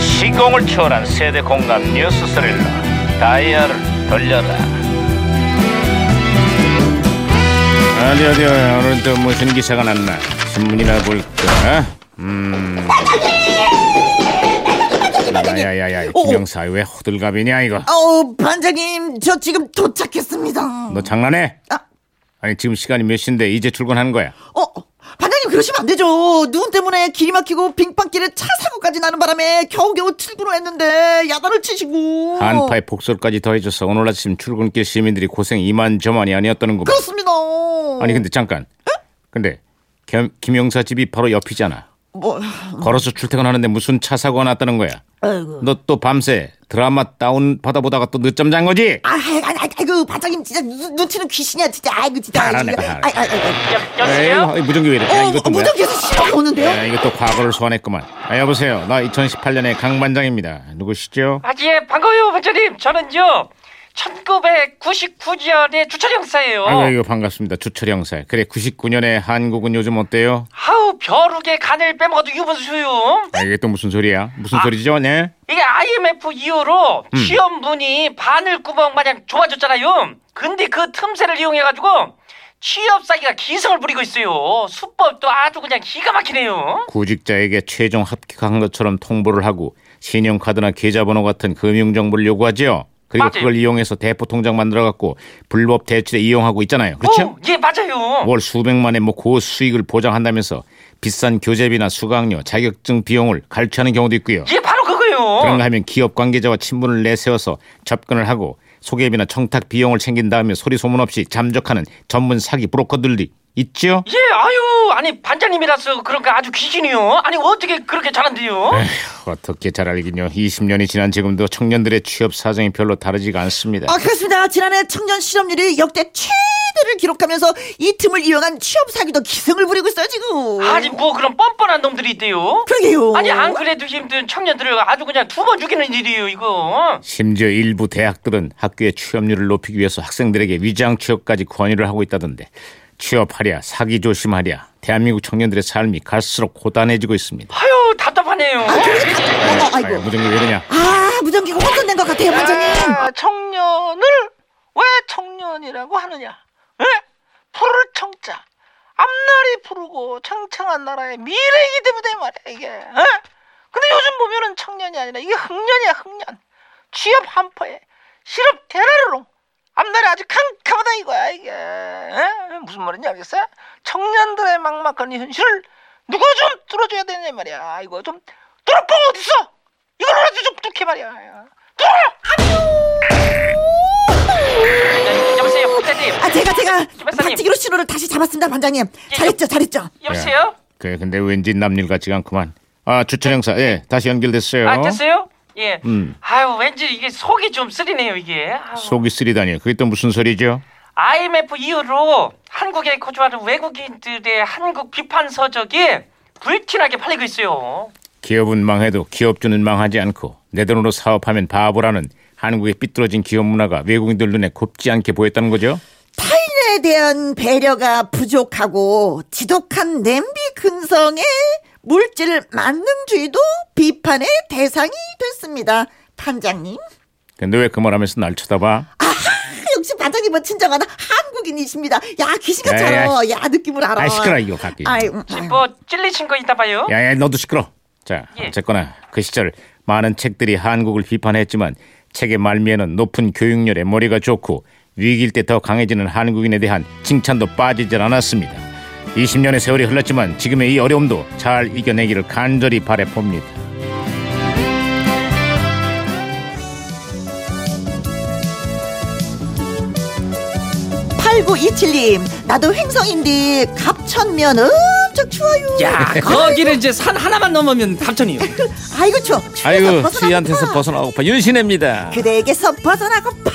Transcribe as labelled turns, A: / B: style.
A: 시공을 초월한 세대 공감 뉴스 스릴러 다이얼을 돌려라 어디 어디 오늘 또 무슨 기사가 났나 신문이나 볼까 음 야야야야
B: 어, 어.
A: 김영사 왜 호들갑이냐 이거
B: 어, 반장님, 저 지금 도착했습니다.
A: 너 장난해?
B: 아.
A: 아니 지금 시간이 몇 시인데 이제 출근한 거야
B: 어, 반장님 그러시면 안 되죠. 누군 때문에 길이 막히고 빙판길에 차 사고까지 나는 바람에 겨우겨우 출근을 했는데 야단을 치시고.
A: 한파에 복설까지 더해져서 오늘 아침 출근길 시민들이 고생 이만저만이 아니었다는 거
B: 그렇습니다.
A: 아니 근데 잠깐 근데 겸- 김영사 집이 바로 옆이잖아
B: 뭐,
A: 걸어서 출퇴근하는데 무슨 차 사고가 났다는 거야?
B: 아이고.
A: 너 또 밤새 드라마 다운 받아보다가 또 늦잠 잔 거지?
B: 아, 아이고, 아이고, 아이고, 반장님 진짜 눈, 눈치는 귀신이야, 진짜. 아이고, 진짜. 아이고,
A: 잘하네,
B: 진짜.
A: 잘하네.
B: 아이고, 아이고, 아이고.
A: 에이, 무전기 왜 이래? 야,
B: 어,
A: 이것도 뭐야? 네.
B: 무전기에서 신호가 오는데요?
A: 야, 이것도 과거를 소환했구만. 아, 여보세요. 나 2018년의 강반장입니다. 누구시죠?
C: 아, 예, 반가워요, 반장님. 저는요, 1999년에 주철 형사예요.
A: 아이고, 아이고, 반갑습니다. 주철 형사. 그래, 99년의 한국은 요즘 어때요?
C: 아우, 벼룩의 간을 빼먹어도 유분수요.
A: 아, 이게 또 무슨 소리야? 무슨
B: 아.
A: 소리죠? 네?
C: 이게 IMF 이후로
A: 음.
C: 취업문이 바늘구멍 마냥 좁아졌잖아요. 근데 그 틈새를 이용해가지고 취업 사기가 기승을 부리고 있어요. 수법도 아주 그냥 기가 막히네요.
A: 구직자에게 최종 합격한 것처럼 통보를 하고 신용카드나 계좌번호 같은 금융 정보를 요구하지요. 그리고
C: 맞아요.
A: 그걸 이용해서 대포 통장 만들어 갖고 불법 대출에 이용하고 있잖아요.
C: 오,
A: 그렇죠?
C: 예, 맞아요.
A: 월 수백만의 뭐 고수익을 보장한다면서 비싼 교재비나 수강료, 자격증 비용을 갈취하는 경우도 있고요.
C: 예, 바로 그거요.
A: 그런가 하면 기업 관계자와 친분을 내세워서 접근을 하고 소개비나 청탁 비용을 챙긴 다음에 소리 소문 없이 잠적하는 전문 사기 브로커들이 있지요.
C: 예, 아유, 아니 반장님이라서 그런가 아주 귀신이요. 아니 어떻게 그렇게 잘한대요?
A: 네. 어떻게 잘 알긴요. 20년이 지난 지금도 청년들의 취업 사정이 별로 다르지가 않습니다.
B: 아, 그렇습니다. 지난해 청년 실업률이 역대 최대를 기록하면서 이 틈을 이용한 취업 사기도 기승을 부리고 있어요, 지금.
C: 아니 뭐 그런 뻔뻔한 놈들이 있대요.
B: 그러게요.
C: 아니 안 그래도 힘든 청년들을 아주 그냥 두 번 죽이는 일이에요 이거.
A: 심지어 일부 대학들은 학교의 취업률을 높이기 위해서 학생들에게 위장 취업까지 권유를 하고 있다던데 취업하랴 사기 조심하랴 대한민국 청년들의 삶이 갈수록 고단해지고 있습니다.
C: 아유 답답하네요.
B: 어,
A: 아,
B: 아이고.
A: 무정기 왜 이러냐?
B: 아, 무전기가 혼선된 것 같아요, 반장님.
D: 아, 청년을 왜 청년이라고 하느냐? 예? 푸를 청자. 앞날이 푸르고 창창한 나라의 미래이기 때문에 말이야 이게. 예? 근데 요즘 보면은 청년이 아니라 이게 흑년이야 흑년. 취업 한파에 실업 대라르롱. 앞날이 아주 캄캄하다 이거야 이게. 예? 무슨 말인지 알겠어요? 청년들의 막막한 이 현실을 누가 좀 뚫어줘야 되냐 말이야. 이거 좀 뚫어보고 어딨어? 이걸로라도 좀 뚫게 말이야. 뚫어!
C: 네, 여- 여보세요 부장님.
B: 아, 제가 제가
C: 김박사님.
B: 박치기로 신호를 다시 잡았습니다, 반장님. 잘했죠, 잘했죠.
C: 여보세요.
A: 예. 그래 근데 왠지 남일 같지가 않구만. 아 주철 형사 예 다시 연결됐어요.
C: 아 됐어요? 예.
A: 음.
C: 아유 왠지 이게 속이 좀 쓰리네요 이게. 아유.
A: 속이 쓰리다니 그게 또 무슨 소리죠?
C: IMF 이후로 한국에 거주하는 외국인들의 한국 비판 서적이 불티나게 팔리고 있어요.
A: 기업은 망해도 기업주는 망하지 않고 내 돈으로 사업하면 바보라는 한국의 삐뚤어진 기업 문화가 외국인들 눈에 곱지 않게 보였다는 거죠.
B: 타인에 대한 배려가 부족하고 지독한 냄비 근성에 물질 만능주의도 비판의 대상이 됐습니다, 반장님.
A: 근데 왜 그 말하면서 날 쳐다봐?
B: 아, 역시 반장님은 친정하다 한국인이십니다. 야, 귀신같이
A: 야, 야,
B: 알아. 야, 느낌을 알아.
A: 네, 아 시끄러 이거 가게.
B: 아이, 음,
C: 혹시
B: 아이.
C: 뭐 찔리신 거 있나 봐요?
A: 야야 너도 시끄러. 자
C: 예.
A: 어쨌거나 그 시절 많은 책들이 한국을 비판했지만 책의 말미에는 높은 교육열에 머리가 좋고 위기일 때 더 강해지는 한국인에 대한 칭찬도 빠지질 않았습니다. 20년의 세월이 흘렀지만 지금의 이 어려움도 잘 이겨내기를 간절히 바래봅니다.
B: 팔구이칠님 나도 횡성인데 갑천면 엄청 추워요.
E: 야 거기를 이제 산 하나만 넘으면 갑천이요
B: 아이고 추워. 추워서
E: 아이고
B: 벗어나고
E: 수희한테서
B: 파.
E: 벗어나고파 윤신혜입니다
B: 그대에게서 벗어나고파.